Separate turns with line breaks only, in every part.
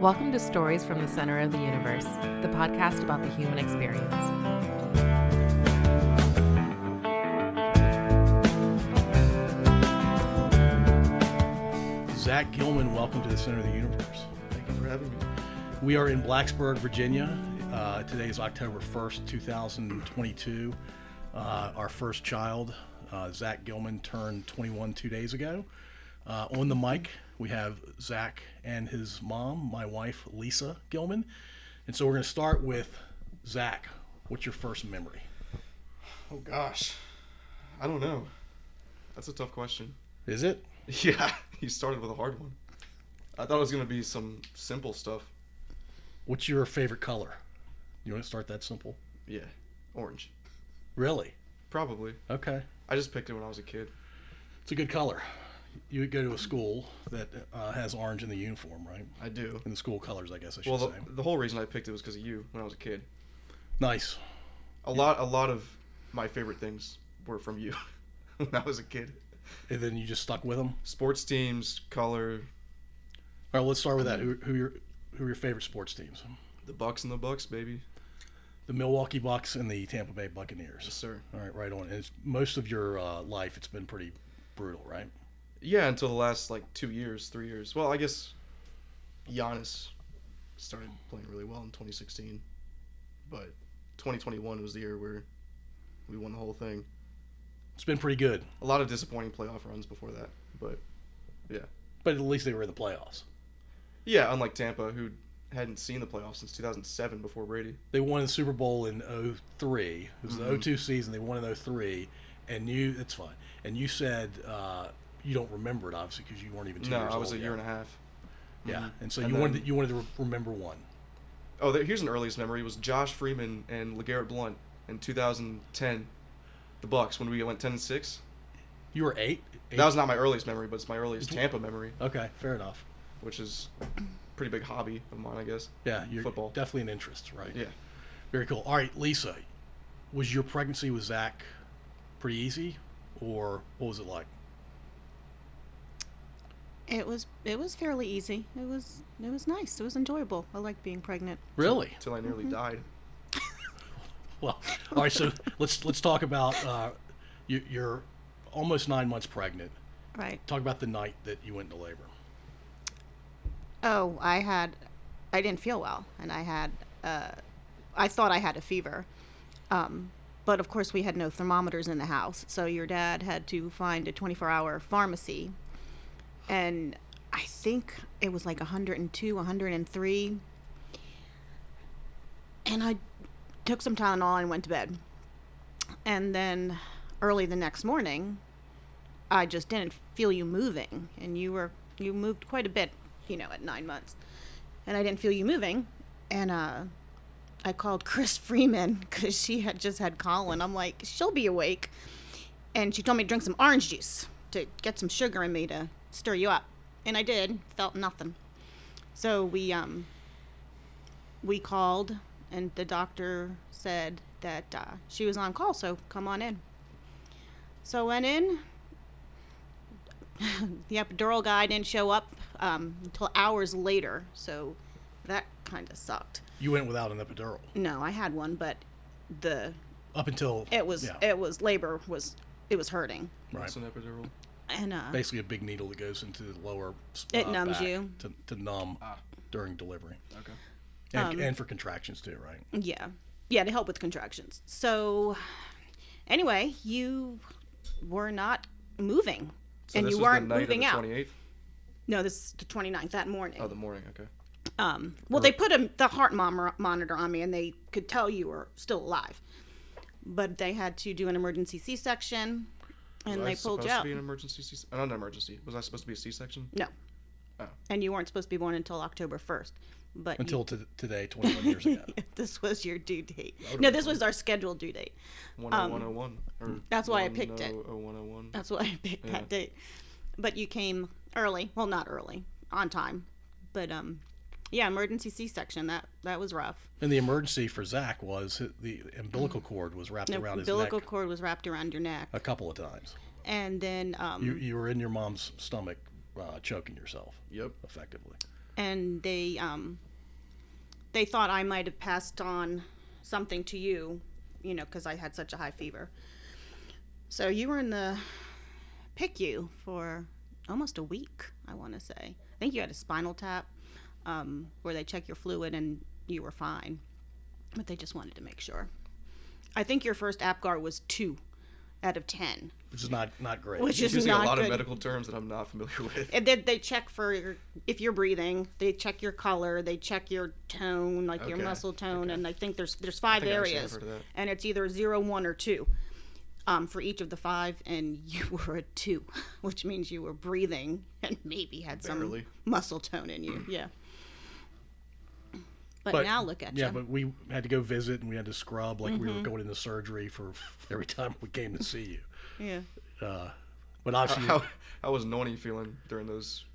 Welcome to Stories from the Center of the Universe, the podcast about the human experience.
Zach Gilman, welcome to the Center of the Universe. Thank you for having me. We are in Blacksburg, Virginia. Uh, today is October 1st, 2022. Uh, our first child, uh, Zach Gilman, turned 21 two days ago. Uh, on the mic, we have Zach and his mom, my wife, Lisa Gilman. And so we're going to start with Zach. What's your first memory?
Oh gosh, I don't know. That's a tough question.
Is it?
Yeah, you started with a hard one. I thought it was gonna be some simple stuff.
What's your favorite color? You want to start that simple?
Yeah, orange,
Really?
probably.
Okay.
I just picked it when I was a kid.
It's a good color. You would go to a school that uh, has orange in the uniform, right?
I do.
In the school colors, I guess I should
Well, the,
say.
the whole reason I picked it was because of you when I was a kid.
Nice.
A lot, a lot of my favorite things were from you when I was a kid.
And then you just stuck with them.
Sports teams, color,
All right, let's start with that. Who, who your who are your favorite sports teams?
the Bucks and the Bucks, baby.
The Milwaukee Bucks and the Tampa Bay Buccaneers.
Yes, sir.
All right, right on. And it's, most of your uh, life, it's been pretty brutal, right?
Yeah, until the last like two years, three years. Well, I guess Giannis started playing really well in 2016, but 2021 was the year where we won the whole thing.
It's been pretty good,
A lot of disappointing playoff runs before that, but yeah,
but at least they were in the playoffs.
yeah. Unlike Tampa, who hadn't seen the playoffs since 2007 before Brady.
They won the Super Bowl in 03. It
Mm-hmm.
was the 02 season. They won in 03. And you, that's fine. And you said uh, you don't remember it, obviously, because you weren't even two
no,
years
I was
old
a year
yet.
and a half.
Yeah, and so
And
you wanted
then-
to, you wanted to re- remember one.
Oh, there, here's an earliest memory: was Josh Freeman and Legarrette Blunt in 2010, the Bucks when we went 10 and six.
You were eight. eight?
That was not my earliest memory, but it's my earliest Tampa memory.
okay. Fair enough.
which is a pretty big hobby of mine, I guess.
Yeah, you're
Football.
definitely an interest, right?
Yeah.
Very cool. All right, Lisa, was your pregnancy with Zach pretty easy, or what was it like?
It was it was fairly easy. It was it was nice. It was enjoyable. I liked being pregnant.
Really?
Till I nearly
Mm-hmm.
died.
Well, all right. So let's let's talk about uh, you, you're almost nine months pregnant.
Right.
Talk about the night that you went into labor.
Oh, I had I didn't feel well and I had uh I thought I had a fever. Um but of course we had no thermometers in the house. So your dad had to find a 24-hour pharmacy. And I think it was like 102, 103. And I took some Tylenol and went to bed. And then early the next morning, I just didn't feel you moving, and you were you moved quite a bit, you know, at nine months, and I didn't feel you moving, and uh, I called Chris Freeman because she had just had Colin. I'm like, she'll be awake, and she told me to drink some orange juice to get some sugar in me to stir you up, and I did. Felt nothing, so we um we called, and the doctor said that uh, she was on call, so come on in. So I went in, the epidural guy didn't show up um, until hours later, so that kind of sucked.
You went without an epidural
No, I had one, but the
up until
it was
yeah,
it was labor was it was hurting,
right.
It's an epidural.
and uh,
basically a big needle that goes into the lower.
It
uh,
numbs
back
you.
to, to numb during delivery,
Ah. Okay.
Um,
and, and for contractions too, right?
yeah, yeah, to help with contractions. So anyway, you were not moving,
So
and
this
you
was
weren't
the night
moving
of
out.
the 28th?
No, this is the 29th that morning.
Oh, the morning. Okay.
Um, well,
Oh.
they put a, the heart mom- monitor on me, and they could tell you were still alive. But they had to do an emergency C-section,
was
and they
I
pulled
supposed
you out.
to be an emergency C- uh, Not an emergency. Was I supposed to be a C-section?
no,
Oh.
and you weren't supposed to be born until October first. But you-
Until to, today, 21 years ago.
this was your due date. No, this was our scheduled due date.
10101. or
Um, that's why I picked it. Uh,
10101.
That's why I picked that date. But you came early. Well, not early, on time. But um, yeah, emergency C-section. That that was rough.
And the emergency for Zach was hi- the umbilical cord was wrapped
The
around his
Mm. umbilical
neck
cord was wrapped around your neck,
Uh,
a couple of times.
and then um,
You, you were in your mom's stomach, uh, choking yourself
Yep.
effectively.
and they um, they thought I might have passed on something to you, you know, because I had such a high fever. So you were in the PICU for almost a week, I want to say. I think you had a spinal tap um, where they check your fluid and you were fine, but they just wanted to make sure. I think your first APGAR was two out of ten,
which is not not great.
which is
Using
not
a lot
good.
of medical terms that I'm not familiar with.
And then they check for your, if you're breathing. They check your color. They check your tone, like your
Okay,
muscle tone. And I think there's there's five
think I actually
areas,
have heard of that.
and it's either zero, one, or two, um, for each of the five. And you were a two, which means you were breathing and maybe had some
Barely.
muscle tone in you. Yeah. But,
But-
now look at Mm-hmm.
yeah,
you.
but we had to go visit and we had to scrub like we were going into surgery for every time we came to see you.
yeah.
But obviously,
How how was Noni feeling during those?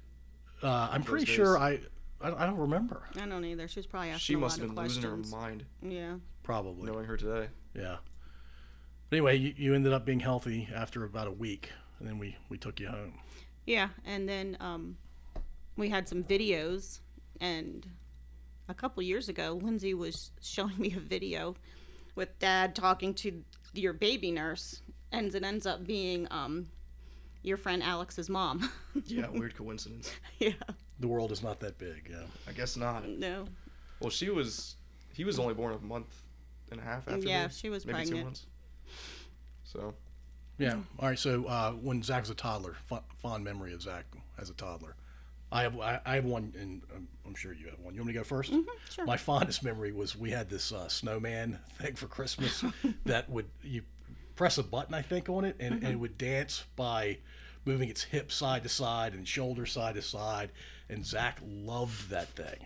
uh, I'm pretty
days.
sure I, I I don't remember
I don't either. She was probably asking
She
a
must
lot
have
of
been
questions.
losing her mind
Yeah.
probably.
knowing her today.
Yeah. But anyway, you, you ended up being healthy after about a week, and then we we took you home.
Yeah, and then um, we had some videos, and a couple years ago, Lindsay was showing me a video with Dad talking to your baby nurse, and it ends up being um, your friend Alex's mom.
Yeah, weird coincidence.
yeah,
The world is not that big. Yeah.
I guess not.
no,
Well, she was. He was only born a month and a half after.
Yeah,
me,
she was
maybe two
pregnant.
months. So
Yeah. All right. So uh, when Zach was a toddler, f- fond memory of Zach as a toddler. I have I, I have one, and I'm, I'm sure you have one. You want me to go 1st
sure.
My fondest memory was we had this uh, snowman thing for Christmas that would you press a button I think on it, and, and it would dance by moving its hips side to side and shoulder side to side. And Zach loved that thing,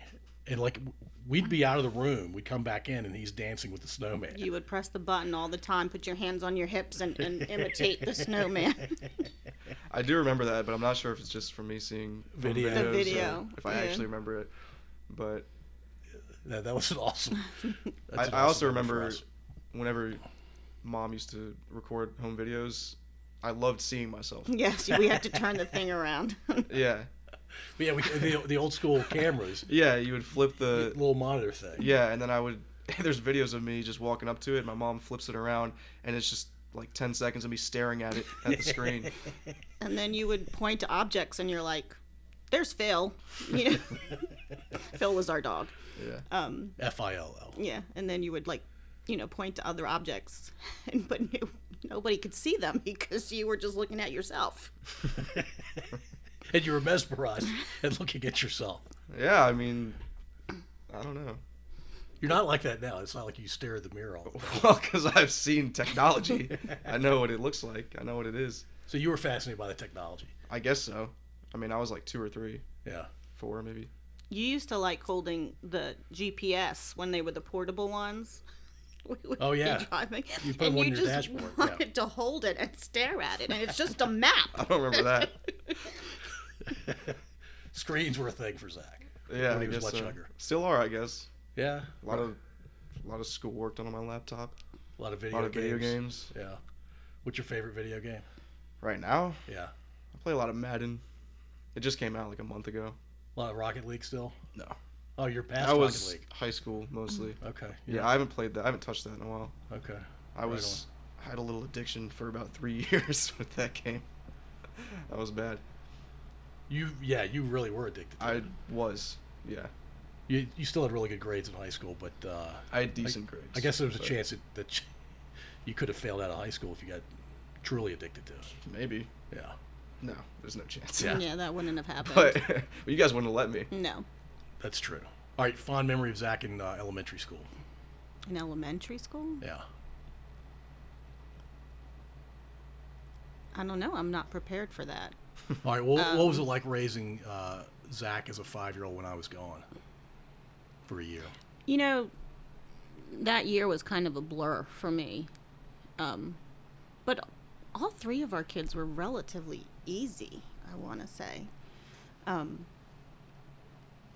and like w- we'd be out of the room, we'd come back in, and he's dancing with the snowman.
you would press the button all the time, put your hands on your hips, and, and imitate the snowman.
I do remember that, but I'm not sure if it's just from me seeing
Video. The
videos or
video,
If I
yeah.
actually remember it, but
That, that was an awesome. that's
I,
an
I also
awesome memory for
remember
us.
whenever mom used to record home videos, I loved seeing myself.
yes, we had to turn the thing around.
yeah,
But yeah, we, the, the old school cameras,
yeah. You would flip the
little monitor thing.
Yeah, and then I would. There's videos of me just walking up to it. My mom flips it around, and it's just like 10 seconds of me staring at it at the screen.
and then you would point to objects and you're like there's phil you know phil was our dog
Yeah.
F I L L.
yeah and then you would like you know point to other objects and but you, nobody could see them because you were just looking at yourself
And you were mesmerized and looking at yourself.
yeah, I mean, I don't know.
You're not like that now. It's not like you stare at the mirror all the time.
Well, because I've seen technology, I know what it looks like. I know what it is.
So you were fascinated by the technology.
I guess so. I mean, I was like two or three,
Yeah.
four maybe.
you used to like holding the gps when they were the portable ones we would
Oh,
be
yeah.
driving,
You put
and
them on
you
your
just
dashboard, yeah.
wanted to hold it and stare at it and it's just a
I
map
Oh,
don't remember that.
Screens were a thing for Zach.
Yeah,
When
I
he was
guess
much
so.
younger.
Still are, I guess.
Yeah.
A lot of, a lot of school work done on my laptop.
A lot of
A
video,
lot of
games.
video games.
Yeah. What's your favorite video game?
Right now,
Yeah.
I play a lot of Madden. It just came out like a month ago.
A lot of Rocket League still?
No.
Oh, you're past
I
Rocket
was
League. Mm-hmm.
high school mostly.
Okay.
Yeah. I haven't played that. I haven't touched that in a while.
Okay.
I was I had a little addiction for about three years with that game. That was bad.
You yeah, you really were addicted. To it.
I was, yeah.
You, you still had really good grades in high school, but uh,
I had decent grades.
I guess there was a
but
chance that, that ch- you could have failed out of high school if you got truly addicted to it.
Maybe.
Yeah.
No, there's no chance.
Yeah.
yeah that wouldn't have happened
But, but you guys wouldn't let me.
no
That's true. All right, fond memory of Zach in uh, elementary school.
in elementary school
Yeah.
I don't know. I'm not prepared for that.
All right. Well, what
Um,
was it like raising uh, Zach as a five-year-old when I was gone for a year?
You know, that year was kind of a blur for me. Um, but all three of our kids were relatively easy, I want to say. Um,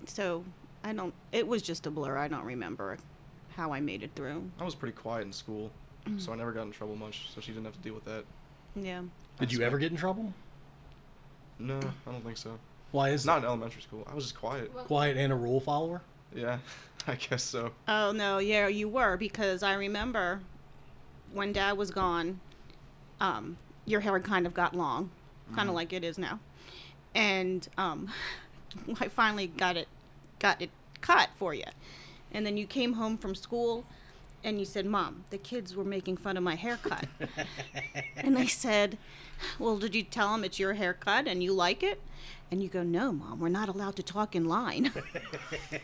so I don't, it was just a blur. I don't remember how I made it through.
I was pretty quiet in school, so I never got in trouble much. So she didn't have to deal with that.
Yeah.
Did you ever get in trouble?
No, I don't think so.
Why is
It's not in elementary school. I was just quiet.
that? quiet and a rule follower?
Yeah, I guess so.
Oh no, yeah, you were because I remember when Dad was gone, um, your hair kind of got long, kind of like it is now, and um, I finally got it, got it cut for you, and then you came home from school, and you said, "Mom, the kids were making fun of my haircut," and I said, "Well, did you tell them it's your haircut and you like it?" And you go, "No, Mom, we're not allowed to talk in line."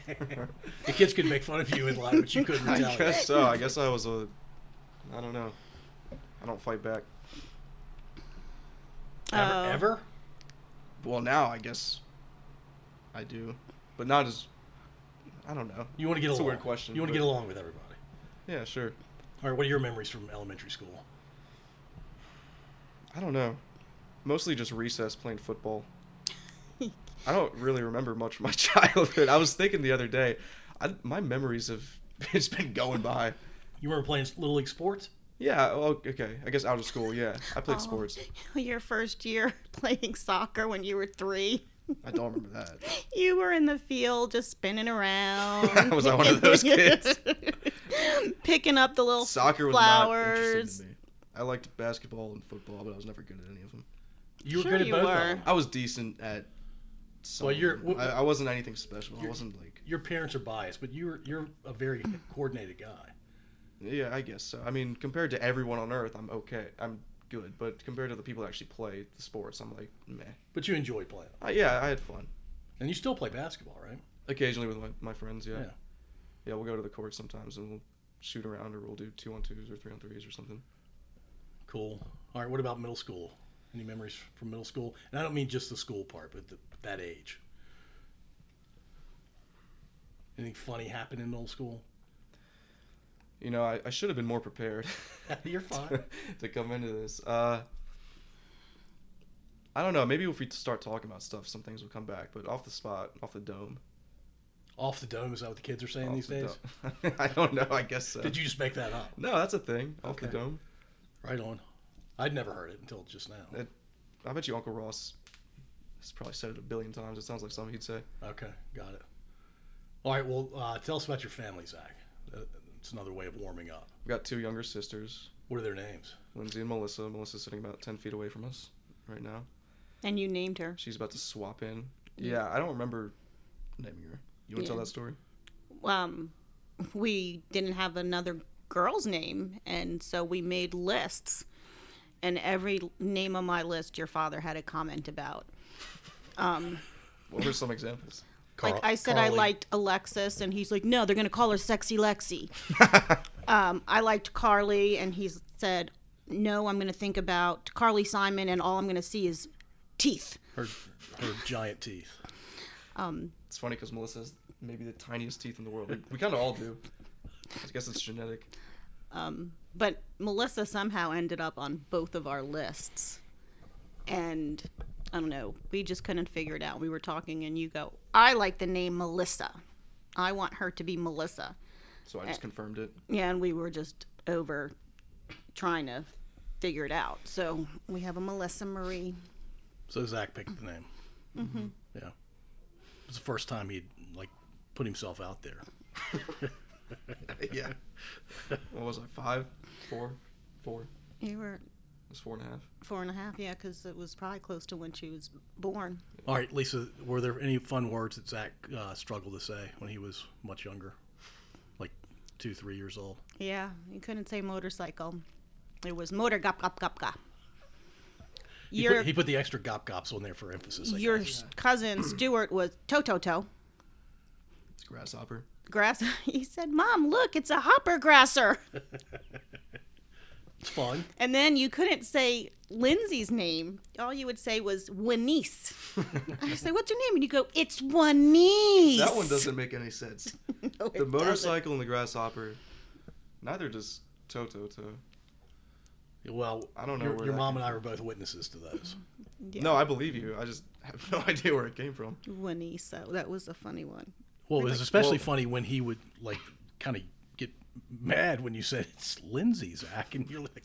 The kids could make fun of you in line, but you couldn't
I
retaliate.
guess so. I guess I was a. I don't know. I don't fight back.
Ever?
Oh.
ever?
Well, now I guess I do, but not as. I don't know.
You want to get
It's a
along?
weird question,
You want to
but-
get along with everybody.
Yeah, sure.
All right. What are your memories from elementary school?
I don't know. Mostly just recess playing football. I don't really remember much of my childhood. I was thinking the other day, I, my memories have it's been going by.
You remember playing little league sports?
Yeah. Well, okay. I guess out of school. Yeah, I played
Oh,
sports.
Your first year playing soccer when you were three.
I don't remember that.
You were in the field just spinning around.
Was I one of those kids?
Picking up the little
Soccer was not
flowers.
interesting to me. I liked basketball and football, but I was never good at any of them.
You were
Sure
good at
you
both. of
were.
them.
I was decent at. Some
Well,
of
you're-
them. I, I wasn't anything special. I wasn't like.
Your parents are biased, but you're you're a very coordinated guy.
Yeah, I guess so. I mean, compared to everyone on Earth, I'm okay. I'm good, but compared to the people that actually play the sports, I'm like, meh.
But you enjoy playing,
Uh, yeah, I had fun
and you still play basketball, right?
occasionally with my, my friends. Yeah. yeah,
Yeah.
we'll go to the court sometimes and we'll shoot around, or we'll do two on twos or three on threes or something.
Cool. All right. What about middle school? Any memories from middle school? And I don't mean just the school part, but the, that age. Anything funny happened in middle school?
You know, I, I should have been more prepared
You're fine.
to come into this. Uh, I don't know. Maybe if we start talking about stuff, some things will come back. But off the spot, off the dome,
Off the dome is that what the kids are saying
off
these
the
days?
dome. I don't know. I guess so.
Did you just make that up?
No, that's a thing. Off the
Okay.
dome.
Right on. I'd never heard it until just now.
It, I bet you Uncle Ross has probably said it a billion times. It sounds like something he'd say.
Okay, got it. All right. Well, uh, tell us about your family, Zach. Uh, It's another way of warming up.
We got two younger sisters,
What are their names?
Lindsay and Melissa. Melissa's sitting about ten feet away from us right now.
And you named her.
She's about to swap in. Yeah, I don't remember naming her. You want to tell
Yeah.
that story?
Um, we didn't have another girl's name, and so we made lists. And every name on my list, your father had a comment about.
What were some examples?
Carl-
like I said, I
Carly.
liked Alexis, and he's like, no, they're gonna call her Sexy Lexi. um, I liked Carly, and he said, no, I'm gonna think about Carly Simon, and all I'm gonna see is teeth.
her her giant teeth.
It's funny because Melissa has maybe the tiniest teeth in the world. We, we kind of all do. I guess it's genetic.
But Melissa somehow ended up on both of our lists, and I don't know, we just couldn't figure it out. We were talking, and you go, I like the name Melissa. I want her to be Melissa.
So I just confirmed it.
Yeah, and we were just over trying to figure it out. So we have a Melissa Marie.
So Zach picked the name.
Mm-hmm.
Yeah, it was the first time he'd like put himself out there.
yeah. What was I? Five, four, four. It
You were
was four and a half.
four and a half, yeah, because it was probably close to when she was born.
All right, Lisa, were there any fun words that Zach uh, struggled to say when he was much younger, like two, three years old?
Yeah, you couldn't say motorcycle. It was motor gop gop gop gop.
He put,
Your
he put the extra gop gops on there for emphasis. I
your
guess.
s- cousin Stuart was toe toe toe
It's grasshopper.
grass. He said, "Mom, look, it's a hopper grasser."
it's fun.
And then you couldn't say Lindsay's name. All you would say was Wanice. I say, what's your name? And you go, it's Wanice.
That one doesn't make any sense.
No,
The
it doesn't.
motorcycle and the grasshopper. Neither does Toto. To
Well,
I don't know
Your,
where
your
that
mom
came
and I were both witnesses to those.
Yeah.
No, I believe you. I just have no idea where it came from.
Wanice. So that was a funny one.
Well, it was especially
well-
funny when he would like kind of get mad when you said it's Lindsay's Zach, and you're like,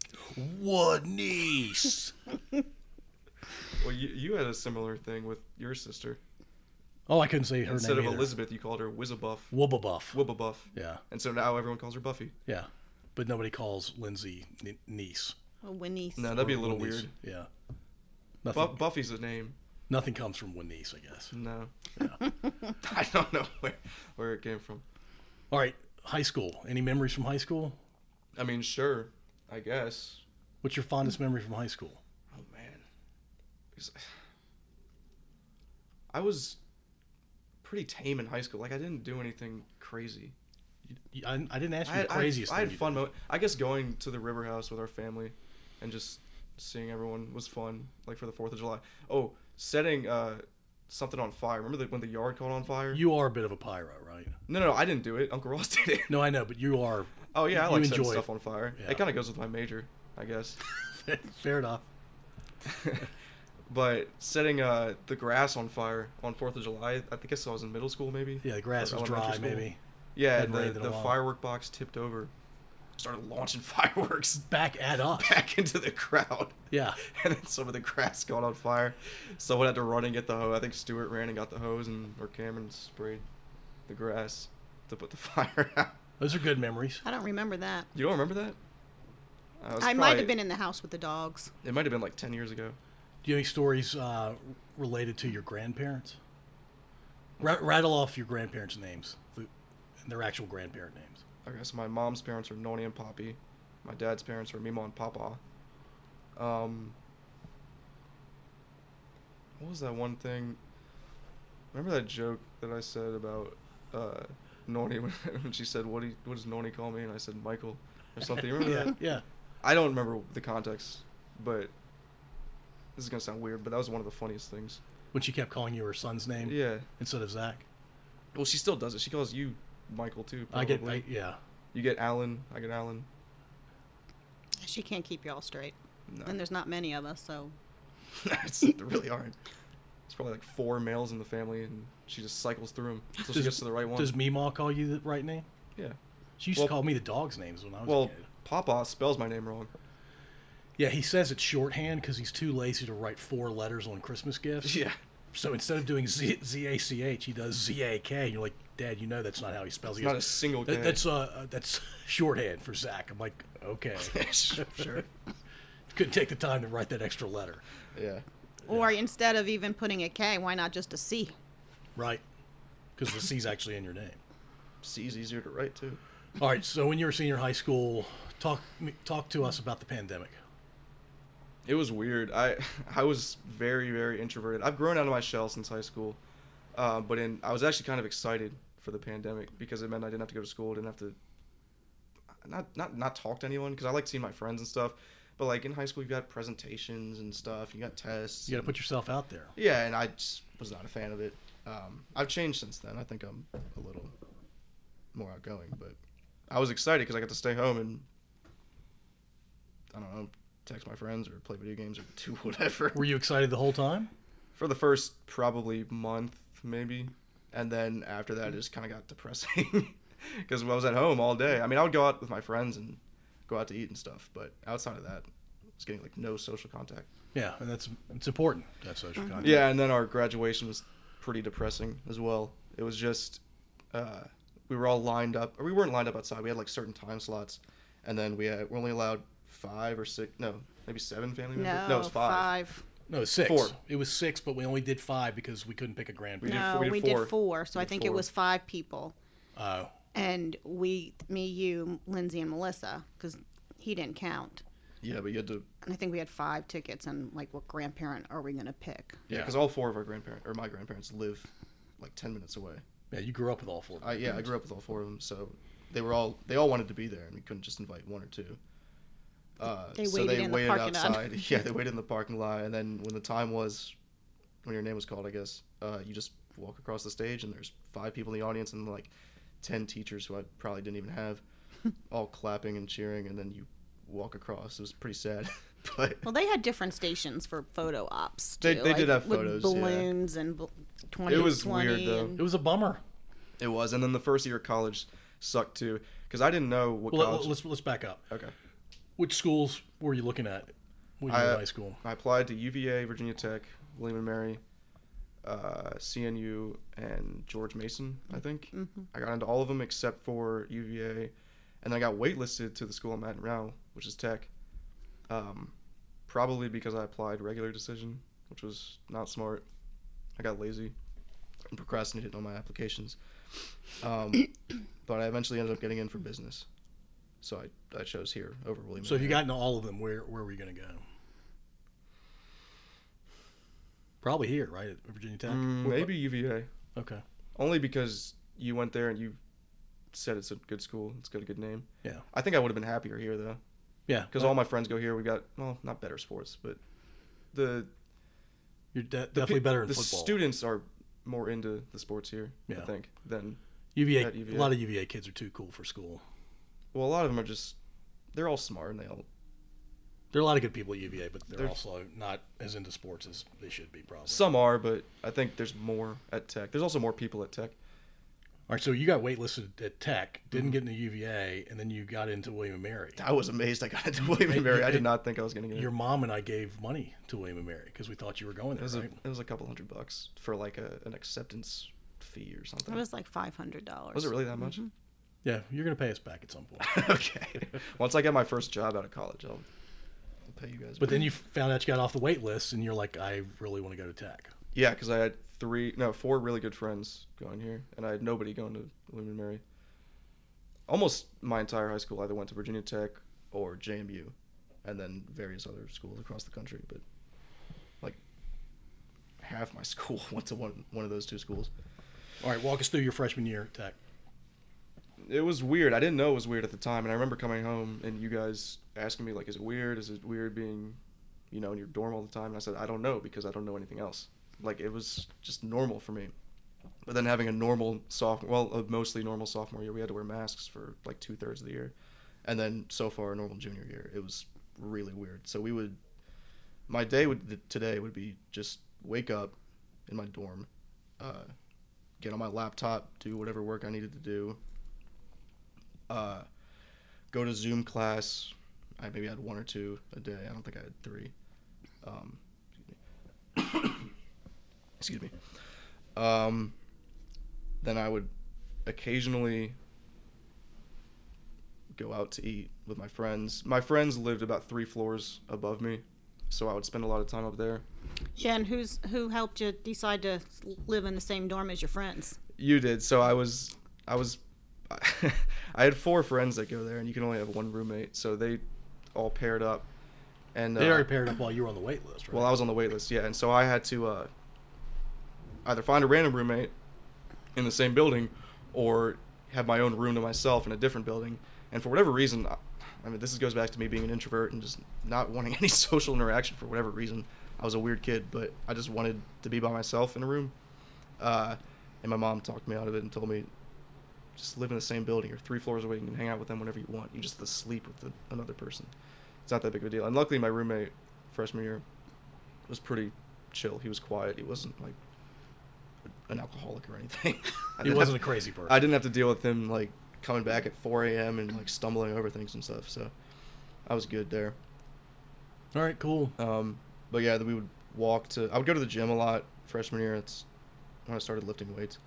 "What niece?"
Well, you you had a similar thing with your sister.
Oh, I couldn't say her
Instead of
name either.
Elizabeth, you called her Wizabuff.
Wubbabuff.
Wibbabuff.
yeah,
And so now everyone calls her Buffy.
yeah, but nobody calls Lindsay n- niece.
A Winnie's.
No, that'd be a little
Wendy's.
weird.
Yeah.
Bu-
Nothing.
Buffy's a name.
nothing comes from one niece, I guess.
No. I don't know where, where it came from.
All right, high school. Any memories from high school?
I mean, sure, I guess.
What's your fondest memory from high school?
Oh man, Because I was pretty tame in high school. Like I didn't do anything crazy.
You- I, I didn't ask
I
you
had,
the craziest
I had, I
thing.
had fun. Mo- I guess going to the river house with our family and just seeing everyone was fun. Like for the Fourth of July. Oh, setting uh, something on fire. Remember the, when the yard caught on fire?
You, did. you are a bit of a pyro, right?
no, no, I didn't do it. Uncle Ross did it.
No, I know, but you are.
Oh yeah, I
you
like setting
enjoy it.
stuff on fire.
Yeah.
It kind of goes with my major, I guess.
Fair enough.
but setting uh, the grass on fire on Fourth of July. I think I saw I was in middle school, maybe.
Yeah, the grass
Or
was
elementary
dry,
school.
maybe.
Yeah,
Hadn't
and the,
rained in a
the
while.
firework box tipped over, started launching fireworks
Back at us.
back into the crowd,
Yeah.
and then some of the grass caught on fire. Someone had to run and get the hose. I think Stuart ran and got the hose, and or Cameron sprayed the grass to put the fire out.
Those are good memories.
I don't remember that.
You don't remember that? I, was
I might
probably-
have been in the house with the dogs.
It might have been like ten years ago.
Do you have any stories uh, related to your grandparents? R- rattle off your grandparents' names, the- their actual grandparent names.
I guess my mom's parents are Noni and Poppy. My dad's parents are Mima and Papa. Um, what was that one thing? Remember that joke that I said about uh, Noni when, when she said, what, do you, what does Noni call me? And I said, Michael or something. You remember
Yeah,
that?
yeah.
I don't remember the context, but this is going to sound weird, but that was one of the funniest things.
When she kept calling you her son's name
Yeah.
instead of Zach.
Well, she still does it. She calls you Michael, too.
I get,
probably.
I, yeah.
You get Alan. I get Alan.
She can't keep y'all straight.
No.
And there's not many of us, so
it's, there really aren't. It's probably like four males in the family, and she just cycles through them until she gets to the right one.
Does Meemaw call you the right name?
yeah.
She used
Well-
to call me the dog's names when I was a
Well,
kid.
Papa spells my name wrong.
Yeah, he says it's shorthand because he's too lazy to write four letters on Christmas gifts.
Yeah.
So instead of doing Z Z A C H, he does Z A K. And you're like, Dad, you know that's not how he spells. He
Not a
goes,
single
"That-
K.
That's uh, uh, that's shorthand for Zach. I'm like, okay.
sure.
Couldn't take the time to write that extra letter,
Yeah.
or instead of even putting a K, why not just a C?
right? Because the C's actually in your name.
C's easier to write too.
All right. So when you were senior high school, talk talk to us about the pandemic.
It was weird. I I was very very introverted. I've grown out of my shell since high school, uh, but in I was actually kind of excited for the pandemic because it meant I didn't have to go to school, didn't have to not not not talk to anyone because I like seeing my friends and stuff. But like in high school, you got presentations and stuff, you got tests.
You got to put yourself out there.
Yeah, and I just was not a fan of it. Um, I've changed since then. I think I'm a little more outgoing, but I was excited because I got to stay home and I don't know, text my friends or play video games or do whatever
Were you excited the whole time?
for the first probably month, maybe, and then after that, it just kind of got depressing because I was at home all day. I mean, I would go out with my friends and go out to eat and stuff, but outside of that, I was getting like no social contact.
Yeah, and that's it's important. That social contact.
Yeah, and then our graduation was pretty depressing as well. It was just uh, we were all lined up, or we weren't lined up outside. We had like certain time slots, and then we had, we're only allowed five or six, no, maybe seven family members. Mm-hmm.
No,
No, it was five.
five.
No, six.
Four.
It was six, but we only did five because we couldn't pick a grandparent.
did-
no,
we
we
did
did,
four.
four. So
We
I
did
think
four.
it was five people,
Oh,
and we, me, you, Lindsay, and Melissa, because he didn't count.
Yeah, but you had to,
And I think we had five tickets, and like, what grandparent are we gonna pick?
Yeah.
yeah, because all four of our grandparents or my grandparents live like ten minutes away.
yeah. You grew up with all four.
I yeah, I grew up with all four of them, so they were all they all wanted to be there, and we couldn't just invite one or two. Uh,
They
so
waited
they
in the
waited
parking lot.
outside. yeah, they waited in the parking lot, and then when the time was, when your name was called, I guess uh, you just walk across the stage, and there's five people in the audience, and like ten teachers who I probably didn't even have, all clapping and cheering, and then you walk across. It was pretty sad, but
Well, they had different stations for photo ops.
They-
too,
they did
like,
have
with
photos, yeah.
balloons and bl- twenty.
It was weird,
20
though.
It
and-
was a bummer.
it was. And then the first year of college sucked too, because I didn't know what
Well,
college.
let, us let's back up.
okay.
Which schools were you looking at when you were in
I-
high school?
I applied to UVA, Virginia Tech, William and Mary, uh, CNU, and George Mason. I think I got into all of them except for UVA, and then I got waitlisted to the school I'm at now, which is Tech. Um, probably because I applied regular decision, which was not smart. I got lazy and procrastinated on my applications. Um, but I eventually ended up getting in for business. So I, I chose here over William.
So if you
Mary.
got into all of them, where where were you going to go? Probably here, right at Virginia Tech.
Mm,
Where-
maybe UVA.
Okay.
Only because you went there and you said it's a good school. It's got a good name.
Yeah.
I think I would have been happier here though,
Yeah. uh,
because all my friends go here. We got well, not better sports, but the
you're de- definitely better in
the
football.
students are more into the sports here.
Yeah.
I think than
UVA,
at UVA.
A lot of UVA kids are too cool for school.
well, a lot of them are just they're all smart and they all
There are a lot of good people at UVA, but they're,
They're-
also not as into sports as they should be. Probably.
some are, but I think there's more at Tech. There's also more people at Tech.
all right. So you got waitlisted at Tech,
Mm-hmm.
didn't get into UVA, and then you got into William and Mary.
I was amazed I got into William and Mary. I did not think I was gonna get in.
Your mom and I gave money to William and Mary because we thought you were going
It
there.
was a
Right?
it was a couple hundred bucks for like a, an acceptance fee or something.
It
Was,
was like five hundred dollars.
it really that much?
yeah, you're gonna pay us back at some point.
okay. Once I get my first job out of college, I'll, I'll pay you guys.
But then you found out you got off the wait list, and you're like, I really want to go to Tech.
yeah, because I had three no four really good friends going here, and I had nobody going to William and Mary. Almost my entire high school either went to Virginia Tech or JMU, and then various other schools across the country. But like half my school went to one one of those two schools.
All right, walk us through your freshman year at Tech.
it was weird. I didn't know it was weird at the time, and I remember coming home and you guys asking me like, "Is it weird? Is it weird being, you know, in your dorm all the time?" And I said, "I don't know because I don't know anything else." Like it was just normal for me. But then having a normal sophomore, well, a mostly normal sophomore year, we had to wear masks for like two thirds of the year, and then so far a normal junior year, it was really weird. So we would, my day would today would be just wake up in my dorm, uh, get on my laptop, do whatever work I needed to do, uh, go to Zoom class. I maybe had one or two a day. I don't think I had three. Um, excuse me. Um, then I would occasionally go out to eat with my friends. My friends lived about three floors above me, so I would spend a lot of time up there.
Yeah, and who's who helped you decide to live in the same dorm as your friends?
You did. So I was, I was, I had four friends that go there, and you can only have one roommate. So they all paired up, and
They
uh,
already paired up while you were on the wait list, right?
well, I was on the wait list, yeah, and so I had to uh, either find a random roommate in the same building, or have my own room to myself in a different building. And for whatever reason, I, I mean, this goes back to me being an introvert and just not wanting any social interaction for whatever reason. I was a weird kid, but I just wanted to be by myself in a room. Uh, and my mom talked me out of it and told me, just live in the same building. You're three floors away. You can hang out with them whenever you want. You just have to sleep with the, another person. It's not that big of a deal. And luckily, my roommate freshman year was pretty chill. He was quiet. He wasn't like an alcoholic or anything. I
he
didn't
wasn't a
have-
crazy person.
I didn't have to deal with him like coming back at 4 a.m. and like stumbling over things and stuff. So I was good there.
All right, cool.
Um, but yeah, then we would walk to. I would go to the gym a lot freshman year. That's when I started lifting weights.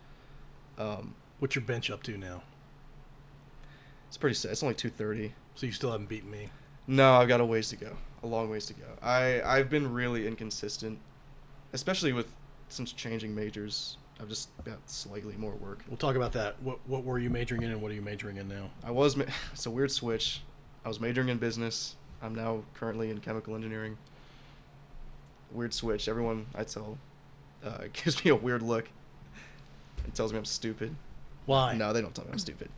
Um,
What's your bench up to now?
it's pretty sad. It's only 2:30.
So you still haven't beaten me.
No, I've got a ways to go. A long ways to go. I I've been really inconsistent, especially with since changing majors. I've just got slightly more work.
We'll talk about that. What what were you majoring in, and what are you majoring in now?
I was. Ma- it's a weird switch. I was majoring in business. I'm now currently in chemical engineering. Weird switch. Everyone I tell uh, gives me a weird look and tells me I'm stupid.
Why?
No, they don't tell me I'm stupid.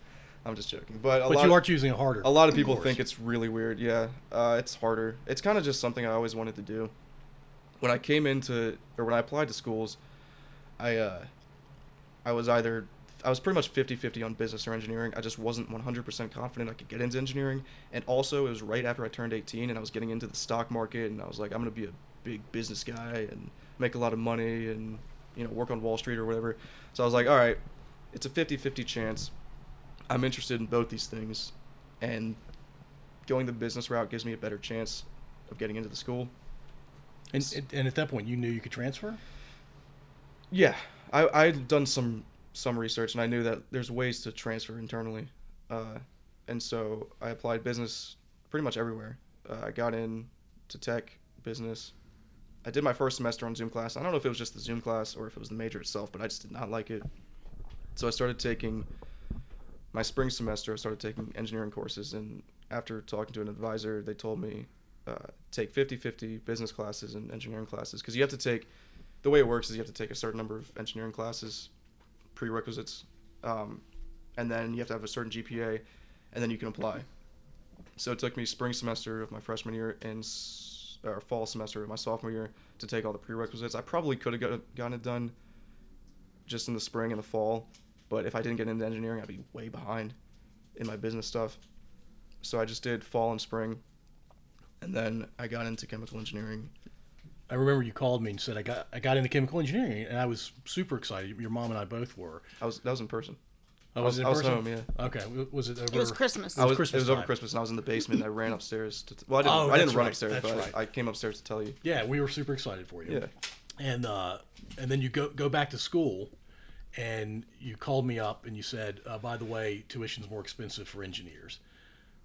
I'm just joking. But a
but
lot
you are choosing a harder.
a lot of people
course.
think it's really weird. Yeah, uh, it's harder. It's kind of just something I always wanted to do. When I came into or when I applied to schools, I uh, I was either I was pretty much 50-50 on business or engineering. I just wasn't 100% confident I could get into engineering. And also, it was right after I turned 18 and I was getting into the stock market and I was like, I'm going to be a big business guy and make a lot of money and you know, work on Wall Street or whatever. So I was like, all right, it's a 50-50 chance. I'm interested in both these things, and going the business route gives me a better chance of getting into the school.
And, and, and at that point, you knew you could transfer.
Yeah, I I had done some some research and I knew that there's ways to transfer internally, uh, and so I applied business pretty much everywhere. Uh, I got in to tech business. I did my first semester on Zoom class. I don't know if it was just the Zoom class or if it was the major itself, but I just did not like it. So I started taking my spring semester. I started taking engineering courses, and after talking to an advisor, they told me uh, take 50-50 business classes and engineering classes because you have to take the way it works is you have to take a certain number of engineering classes, prerequisites, um, and then you have to have a certain GPA, and then you can apply. So it took me spring semester of my freshman year and s- or fall semester of my sophomore year to take all the prerequisites. I probably could have got, gotten it done just in the spring and the fall, but if I didn't get into engineering, I'd be way behind in my business stuff. So I just did fall and spring, and then I got into chemical engineering.
I remember you called me and said I got I got into chemical engineering, and I was super excited. Your mom and I both were.
I was that was in person.
Oh,
was-
was it in
I was
person?
home, yeah.
Okay. w- Was it over?
It was Christmas.
I was,
Christmas
it was over
time.
Christmas, and I was in the basement. and I ran upstairs. To t- well, I didn't.
Oh,
I didn't
that's
run
right,
upstairs,
that's
but I-
right.
I, came upstairs to tell you.
Yeah, we were super excited for you.
Yeah.
And uh, and then you go go back to school, and you called me up and you said, uh, by the way, tuition's more expensive for engineers.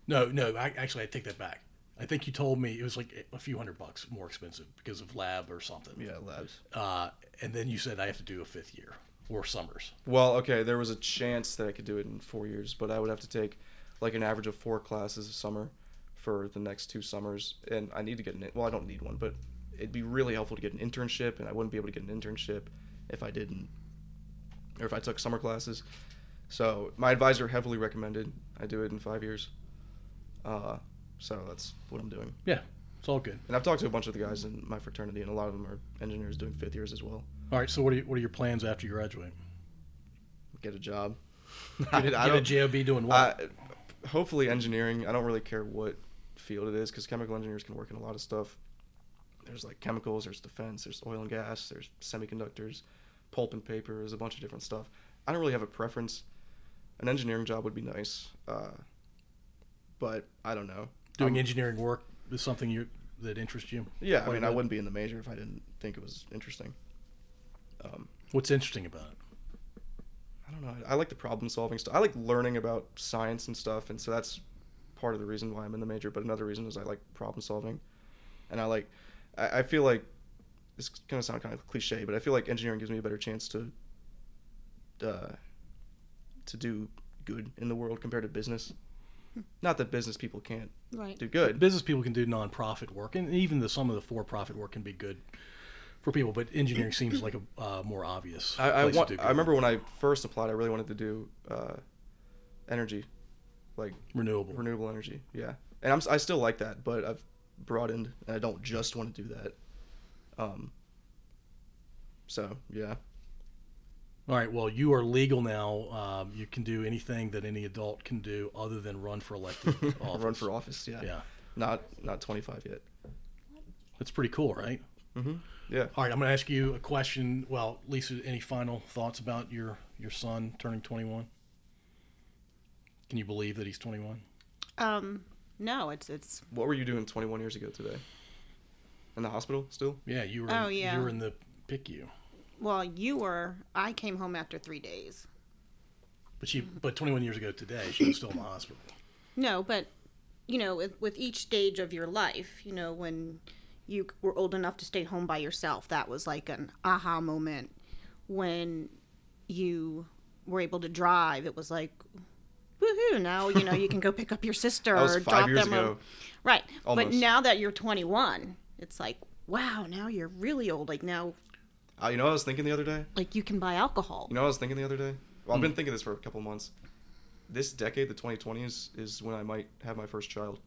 No, no, I, actually, I take that back. I think you told me it was like a few hundred bucks more expensive because of lab or something.
Yeah, labs.
Uh, and then you said I have to do a fifth year or summers.
Well, okay, there was a chance that I could do it in four years, but I would have to take like an average of four classes a summer for the next two summers, and I need to get an. Well, I don't need one, but it'd be really helpful to get an internship, and I wouldn't be able to get an internship if I didn't, or if I took summer classes. So my advisor heavily recommended I do it in five years. Uh, so that's what I'm doing.
Yeah, it's all good.
And I've talked to a bunch of the guys in my fraternity, and a lot of them are engineers doing fifth years as well.
All right. So what are you, what are your plans after you graduate?
Get a job.
Get a, get a job doing what?
I, hopefully engineering. I don't really care what field it is because chemical engineers can work in a lot of stuff. There's like chemicals, there's defense, there's oil and gas, there's semiconductors, pulp and paper, there's a bunch of different stuff. I don't really have a preference. An engineering job would be nice, uh, but I don't know.
doing engineering work is something you that interests you.
Yeah, I
Quite a
mean, I
bit?
wouldn't be in the major if I didn't think it was interesting.
What's interesting about it?
I don't know. I like the problem solving stuff. I like learning about science and stuff, and so that's part of the reason why I'm in the major. But another reason is I like problem solving, and I like. I, I feel like this kind of sound kind of cliche, but I feel like engineering gives me a better chance to. Uh, to do good in the world compared to business. Not that business people can't
right.
do good.
Business people can do nonprofit work, and even the, some of the for-profit work can be good for people. But engineering seems like a uh, more obvious.
I I,
place to
want,
do good
I remember when I first applied, I really wanted to do uh, energy, like
renewable.
renewable energy. Yeah, and I'm s- I still like that, but I've broadened and I don't just want to do that. Um. So yeah,
All right. Well, you are legal now. Um, you can do anything that any adult can do, other than run for elected office.
run for office. Yeah.
Yeah,
Not not 25 yet.
that's pretty cool, right?
Yeah.
All right. I'm going to ask you a question. Well, Lisa, any final thoughts about your your son turning 21? Can you believe that he's 21?
Um, no, it's it's
What were you doing 21 years ago today? In the hospital still?
Yeah, you were.
Oh,
in,
yeah.
You were in the PICU,
well, you were. I came home after three days.
but she. But 21 years ago today, she was still in the hospital.
No, but you know, with, with each stage of your life, you know, when you were old enough to stay home by yourself, that was like an aha moment. When you were able to drive, it was like, woohoo! Now you know you can go pick up your sister
was
or
five
drop
years
them.
ago.
Or, right, but
Almost.
now that you're 21, it's like, wow! Now you're really old. Like now,
Uh, you know what I was thinking the other day?
like you can buy alcohol.
You know what I was thinking the other day? Well, I've been thinking this for a couple months. This decade, the 2020s, is when I might have my first child.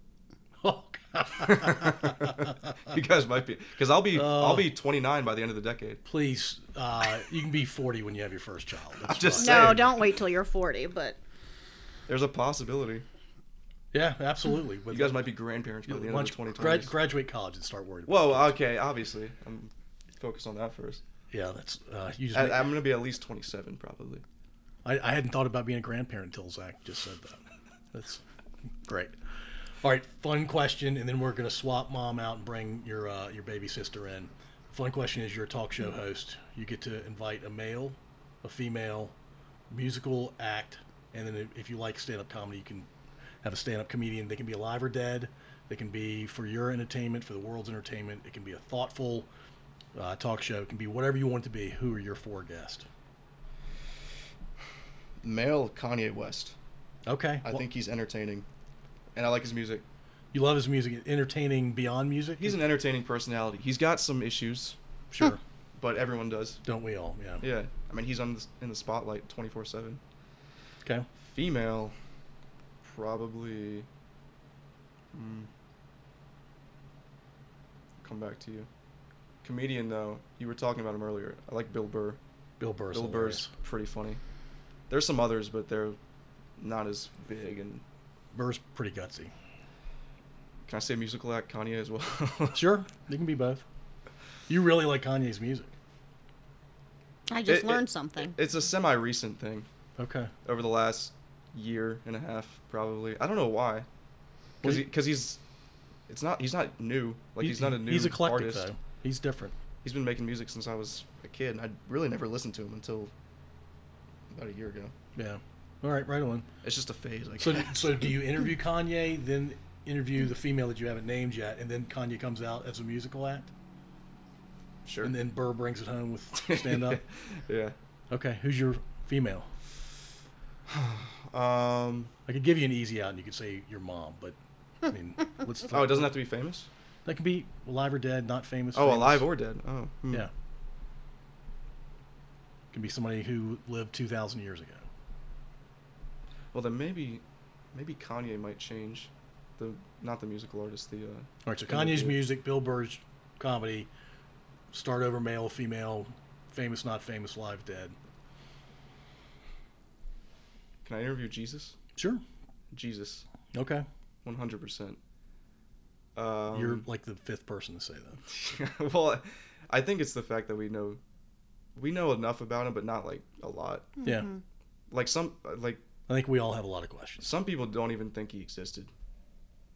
Oh God!
You guys might be, because I'll be I'll be 29 by the end of the decade.
Please, uh, you can be 40 when you have your first child. That's
just
fine.
saying.
no,
Same.
don't wait till you're 40. But
There's a possibility.
Yeah, absolutely. But
You guys might be grandparents by the end of
once
the 2020s.
grad- graduate college and start worried. About
Whoa, okay, obviously. I'm focused on that first.
yeah, that's uh, you just.
I,
make-
I'm going to be at least 27, probably.
I, I hadn't thought about being a grandparent until Zach just said that. That's great. All right, fun question, and then we're gonna swap mom out and bring your uh, your baby sister in Fun question is you're a talk show host. You get to invite a male, a female, musical act, and then if you like stand up comedy, you can have a stand up comedian. They can be alive or dead. They can be for your entertainment, for the world's entertainment. It can be a thoughtful uh, talk show. It can be whatever you want it to be. Who are your four guests?
Male Kanye West.
Okay.
I
well,
think he's entertaining, and I like his music.
you love his music, entertaining beyond music.
He's an entertaining personality. He's got some issues,
sure.
but everyone does.
Don't we all? Yeah.
Yeah, I mean he's on the, in the spotlight twenty four seven.
Okay.
Female, probably. Mm, come back to you. Comedian though, you were talking about him earlier. I like Bill Burr.
Bill Burr's.
Bill Burr's pretty funny. There's some others, but they're not as big. And
Burr's pretty gutsy.
can I say musical act Kanye as well?
Sure. They can be both. You really like Kanye's music.
I just
It- it-
learned something.
It's a semi-recent thing.
Okay.
over the last year and a half, probably. I don't know why,
Well,
because he's it's not he's not new. Like
He-
he's not a new
He's eclectic
artist.
though. He's different.
He's been making music since I was a kid, and I really never listened to him until about a year ago.
Yeah. All right. Right on.
It's just a phase, I guess.
So, so do you interview Kanye, then interview the female that you haven't named yet, and then Kanye comes out as a musical act,
sure.
and then Burr brings it home with stand up.
yeah.
okay, who's your female?
Um.
I could give you an easy out, and you could say your mom, but I mean, let's.
Oh, it doesn't have to be famous.
That can be alive or dead, not famous.
Oh,
famous.
alive or dead. Oh. hmm.
yeah. Can be somebody who lived two thousand years ago.
Well, then maybe, maybe Kanye might change, the not the musical artist, the. Uh,
All right, so
Can we
Kanye's
do-
music, Bill Burr's comedy, start over male, female, famous, not famous, live, dead.
can I interview Jesus?
Sure.
Jesus,
Okay.
one hundred percent. Um,
You're like the fifth person to say that.
well, I think it's the fact that we know we know enough about him, but not like a lot.
Yeah.
Like some like
I think we all have a lot of questions.
some people don't even think he existed,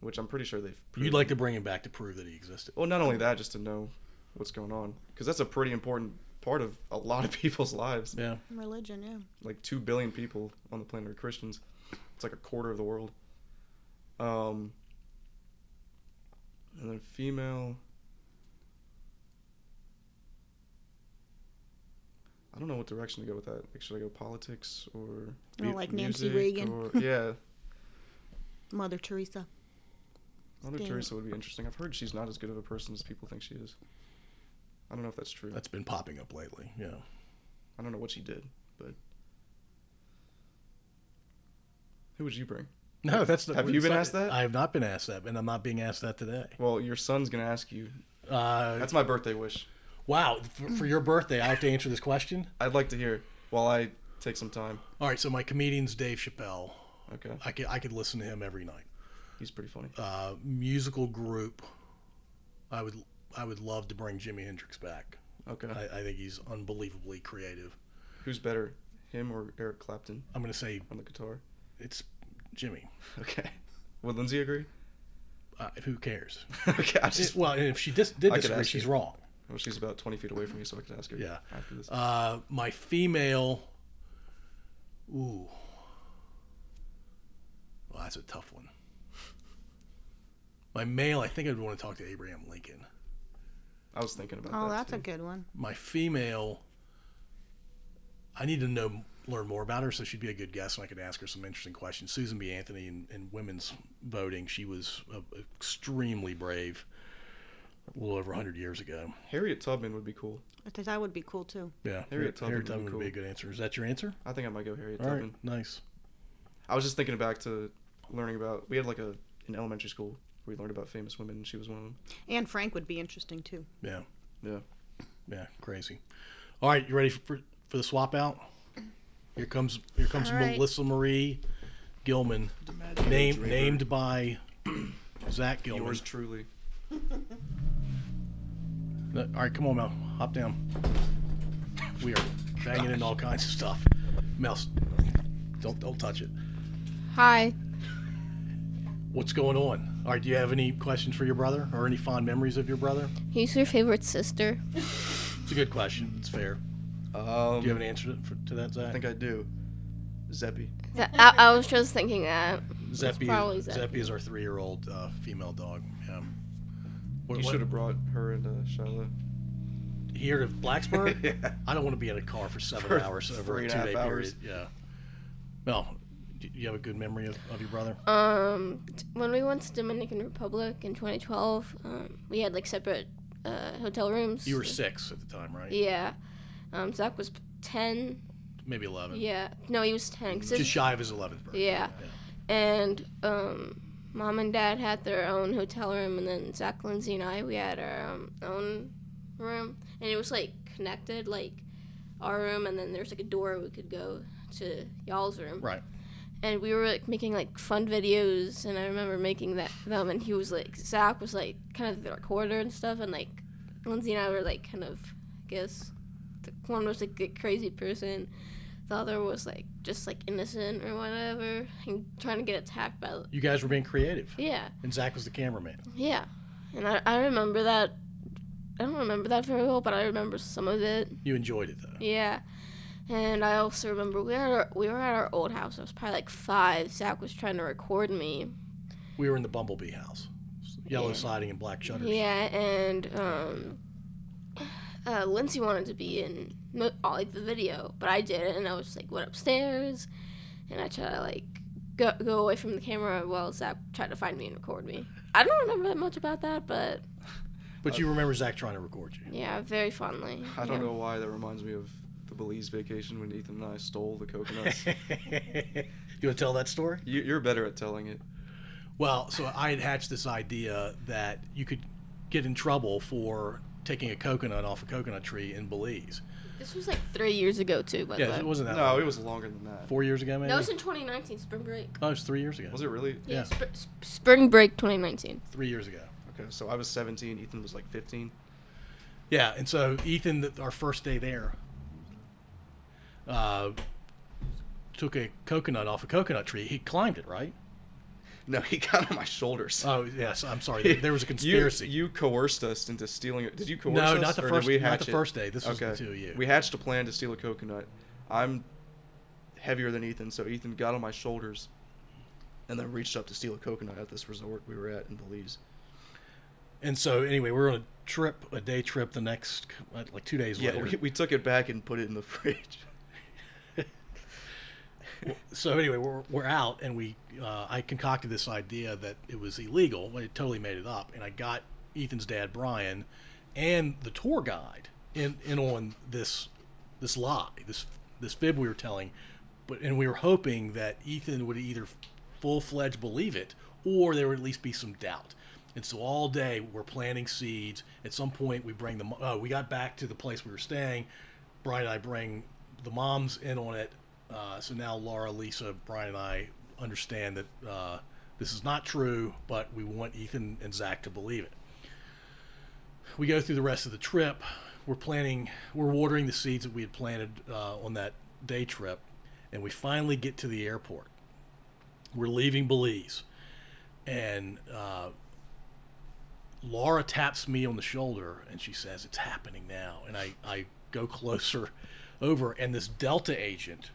which I'm pretty sure they've.
You'd
proven.
like to bring him back to prove that he existed.
Well, not only that, just to know what's going on, because that's a pretty important part of a lot of people's lives.
Yeah.
Religion, yeah.
Like two billion people on the planet are Christians. It's like a quarter of the world. Um. And then female. I don't know what direction to go with that. Like, should I go politics or
Or like Nancy
music
Reagan,
Or, yeah,
Mother Teresa.
Mother
Damn.
Teresa would be interesting. I've heard she's not as good of a person as people think she is. I don't know if that's true.
That's been popping up lately. Yeah.
I don't know what she did, but who would you bring?
No, that's the,
Have you
it's
been
not-
asked that?
I have not been asked that, and I'm not being asked that today.
Well, your son's gonna ask you.
Uh,
That's my birthday wish.
wow. For, for your birthday, I have to answer this question.
I'd like to hear while I take some time.
All right. So my comedian's Dave Chappelle.
Okay,
I could I could listen to him every night.
he's pretty funny.
Uh, musical group. I would I would love to bring Jimi Hendrix back.
Okay,
I, I think he's unbelievably creative.
who's better, him or Eric Clapton
I'm gonna say
on the guitar?
it's Jimmy.
Okay, would Lindsay agree?
Uh, who cares?
okay, I
It-
just
well, and if she dis- did
I could
disagree,
ask
she's
you.
wrong.
well, she's about twenty feet away from me, so I can ask her.
Yeah.
after this,
Uh, my female. Ooh. Well, that's a tough one. My male, I think I'd want to talk to Abraham Lincoln.
I was thinking about
Oh,
that.
that's
too.
a good one.
My female, I need to know learn more about her, so she'd be a good guest, and I could ask her some interesting questions. Susan B. Anthony in, in women's voting, she was uh, extremely brave, a little over 100 years ago.
Harriet Tubman would be cool.
I think That would be cool too.
Yeah,
Harriet Tubman would be
Tubman would be a good answer. Is that your answer?
I think I might go Harriet
All
Tubman.
right, nice.
I was just thinking back to learning about. We had like a in elementary school. We learned about famous women, and she was one of them.
And Frank would be interesting too.
Yeah.
Yeah.
Yeah, crazy. All right, you ready for for the swap out? Here comes here comes
All right.
Melissa Marie Gilman, named named by Zach Gilman.
Yours truly.
All right, come on, Mel, hop down. We are banging into all kinds of stuff. Mel, s- don't don't touch it.
Hi.
What's going on? All right, do you have any questions for your brother or any fond memories of your brother?
Who's your favorite sister?
It's a good question. It's fair. Do
Um,
you have an answer to, for, to that, Zach?
I think I do. Zeppy.
That, I, I was just thinking that.
Zeppy,
probably
Zeppy.
Zeppy.
is our three-year-old uh, female dog. Yeah. What,
You
what-
should have brought her and uh, Shiloh.
here to Blacksburg. I don't want to be in a car for seven
For
hours over
three
a
and a half
two-day
hours.
period. Yeah. Well, do you have a good memory of, of your brother?
Um, t- when we went to Dominican Republic in 2012, um, we had like separate uh, hotel rooms.
you were six at the time, right?
Yeah. Um, Zach was 10.
Maybe eleven.
Yeah. No, he was 10. 'cause
Just
his-
shy of his eleventh birthday.
yeah.
Yeah.
And um, mom and dad had their own hotel room, and then Zach, Lindsay, and I we had our um, own room, and it was like connected, like our room, and then there's like a door we could go to y'all's room.
Right.
and we were like making like fun videos and i remember making that them and he was like zach was like kind of the recorder and stuff and like lindsay and i were like kind of i guess the one was like a crazy person the other was like just like innocent or whatever and trying to get attacked by
You guys were being creative,
yeah
and Zach was the cameraman.
yeah and i, I remember that i don't remember that very well but i remember some of it
You enjoyed it though.
yeah. And I also remember we were at our, we were at our old house. I was probably like five. Zach was trying to record me.
We were in the Bumblebee house, yellow
Yeah.
siding and black shutters.
Yeah, and um, uh, Lindsay wanted to be in mo- all like the video, but I didn't, and I was like went upstairs, and I tried to like go go away from the camera while Zach tried to find me and record me. I don't remember that much about that, but
But you remember Zach trying to record you.
yeah, very fondly.
I
yeah.
don't know why that reminds me of the Belize vacation when Ethan and I stole the coconuts.
you want to tell that story?
you, you're better at telling it.
Well, so I had hatched this idea that you could get in trouble for taking a coconut off a coconut tree in Belize.
This was like three years ago too, by
Yeah,
the way.
it wasn't that.
No,
long.
it was longer than that.
four years ago, maybe.
no, it was in 2019 spring break.
oh, it was three years ago.
Was it really?
Yeah,
Yeah.
sp- sp- spring break 2019.
Three years ago.
Okay, so I was 17. Ethan was like 15.
Yeah, and so Ethan, th- our first day there, uh, took a coconut off a coconut tree. He climbed it, right?
No, he got on my shoulders.
Oh, yes. I'm sorry. There, there was a conspiracy.
You, you coerced us into stealing it. Did you coerce
No,
us?
not the
or
first-
Did we
not the
hatch it?
first day. This was
okay.
the two of you.
We hatched a plan to steal a coconut. I'm heavier than Ethan, so Ethan got on my shoulders and then reached up to steal a coconut at this resort we were at in Belize.
and so, anyway, we were on a trip, a day trip. The next, uh, like two days
Yeah,
later.
we, we took it back and put it in the fridge.
so anyway, we're, we're out, and we uh, I concocted this idea that it was illegal. Well, I totally made it up, and I got Ethan's dad Brian and the tour guide in in on this this lie, this this fib we were telling, but and we were hoping that Ethan would either full fledged believe it or there would at least be some doubt. And so all day we're planting seeds. At some point we bring the mo- oh, we got back to the place we were staying. Brian and I bring the moms in on it. Uh, so now Laura, Lisa, Brian, and I understand that uh, this is not true, but we want Ethan and Zach to believe it. We go through the rest of the trip. We're planting, we're watering the seeds that we had planted uh, on that day trip, and we finally get to the airport. We're leaving Belize, and uh, Laura taps me on the shoulder and she says, It's happening now. And I, I go closer over, and this Delta agent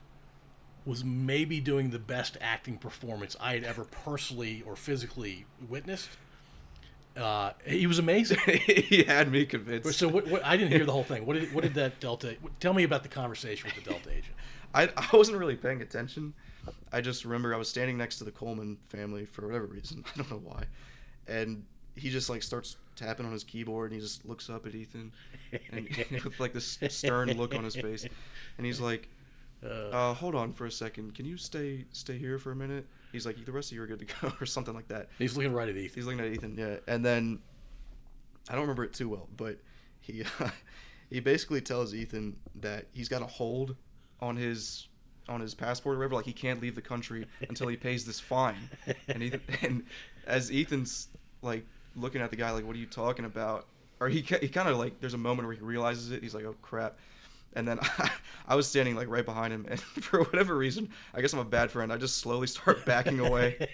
was maybe doing the best acting performance I had ever personally or physically witnessed. Uh, he was amazing.
he had me convinced.
so what, what, I didn't hear the whole thing. What did, what did that Delta? Tell me about the conversation with the Delta agent.
I, I wasn't really paying attention. I just remember I was standing next to the Coleman family for whatever reason. I don't know why. And he just like starts tapping on his keyboard and he just looks up at Ethan and with like this stern look on his face. And he's like, uh, hold on for a second. Can you stay stay here for a minute? He's like, the rest of you are good to go or something like that.
He's looking right at Ethan.
He's looking at Ethan, yeah. And then I don't remember it too well, but he he basically tells Ethan that he's got a hold on his on his passport or whatever, like he can't leave the country until he pays this fine. And Ethan, and as Ethan's like looking at the guy, like, what are you talking about? Or he ki- he kind of like there's a moment where he realizes it. He's like, oh crap. And then I, was standing like right behind him, and for whatever reason, I guess I'm a bad friend. I just slowly start backing away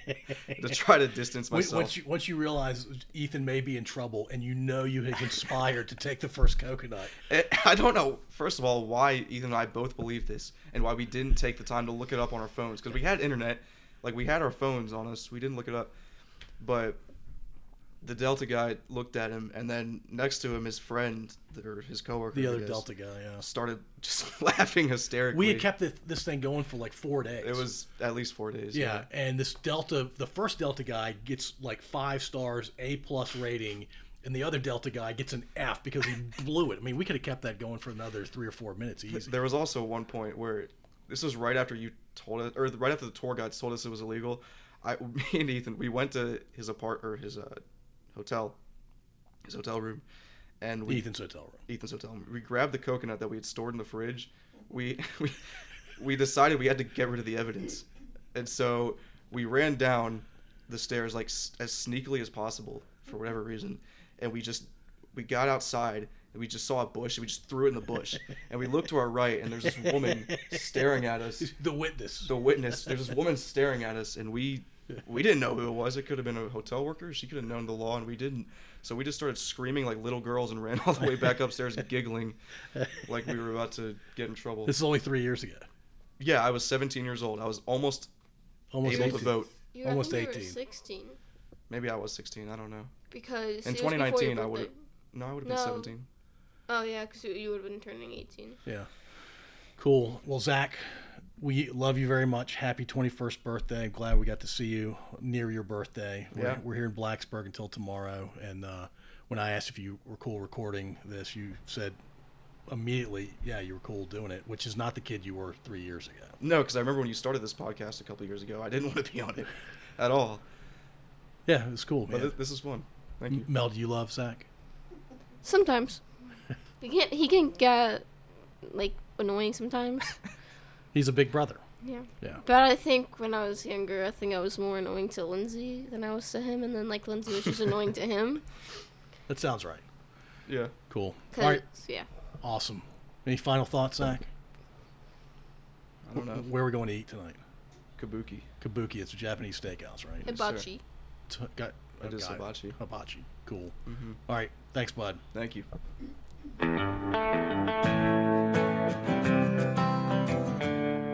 to try to distance
Wait,
myself.
Once you, once you realize Ethan may be in trouble and you know you had conspired to take the first coconut,
It- I don't know, first of all, why Ethan and I both believe this and why we didn't take the time to look it up on our phones because we had internet. Like, we had our phones on us. We didn't look it up. But the Delta guy looked at him, and then next to him, his friend or his coworker,
the
I
other
guess,
Delta guy. Yeah.
started just laughing hysterically.
We had kept thi- this thing going for like four days.
it was at least four days.
Yeah, and this Delta, the first Delta guy gets like five stars, A plus rating, and the other Delta guy gets an F because he blew it. I mean, we could have kept that going for another three or four minutes easy.
There was also one point where this was right after you told us, or right after the tour guide told us it was illegal. I, me and Ethan, we went to his apart or his uh, hotel, his hotel room, and we
Ethan's hotel room.
Ethan's hotel. room. We grabbed the coconut that we had stored in the fridge. We we we decided we had to get rid of the evidence, and so we ran down the stairs like s- as sneakily as possible for whatever reason, and we just we got outside and we just saw a bush and we just threw it in the bush and we looked to our right and there's this woman staring at us
The witness.
the witness there's this woman staring at us and we we didn't know who it was it could have been a hotel worker she could have known the law and we didn't so we just started screaming like little girls and ran all the way back upstairs giggling like we were about to get in trouble
this is only three years ago.
yeah i was 17 years old i was almost
Almost
able
18.
to vote
You were- I
Almost
think you were
18.
16
maybe i was 16 i don't know
because
in
it was before your
2019 i would have
birthday.
no i would have been
No.
17
Oh yeah, because you would have been turning 18.
Yeah. Cool. Well, Zach, we love you very much. Happy 21st birthday. I'm glad we got to see you near your birthday. We're,
Yeah.
we're here in Blacksburg until tomorrow. And uh, when I asked if you were cool recording this, you said immediately, yeah, you were cool doing it, which is not the kid you were three years ago.
no because i remember when you started this podcast a couple years ago i didn't want to be on it at all
Yeah, it was cool,
but
man.
thi- this is fun thank you
Mel, do you love Zach?
Sometimes. He can't. He can get like annoying sometimes.
He's a big brother.
Yeah.
Yeah.
But I think when I was younger, I think I was more annoying to Lindsay than I was to him, and then like Lindsay was just annoying to him.
That sounds right.
yeah
Cool.
Cause
All right.
yeah,
Awesome. Any final thoughts, Zach?
i don't know
Where are we going to eat tonight?
kabuki
Kabuki. It's a Japanese steakhouse, right?
hibachi.
T- got,
It is
got it.
hibachi.
Hibachi. Cool. All right. Thanks, bud.
thank you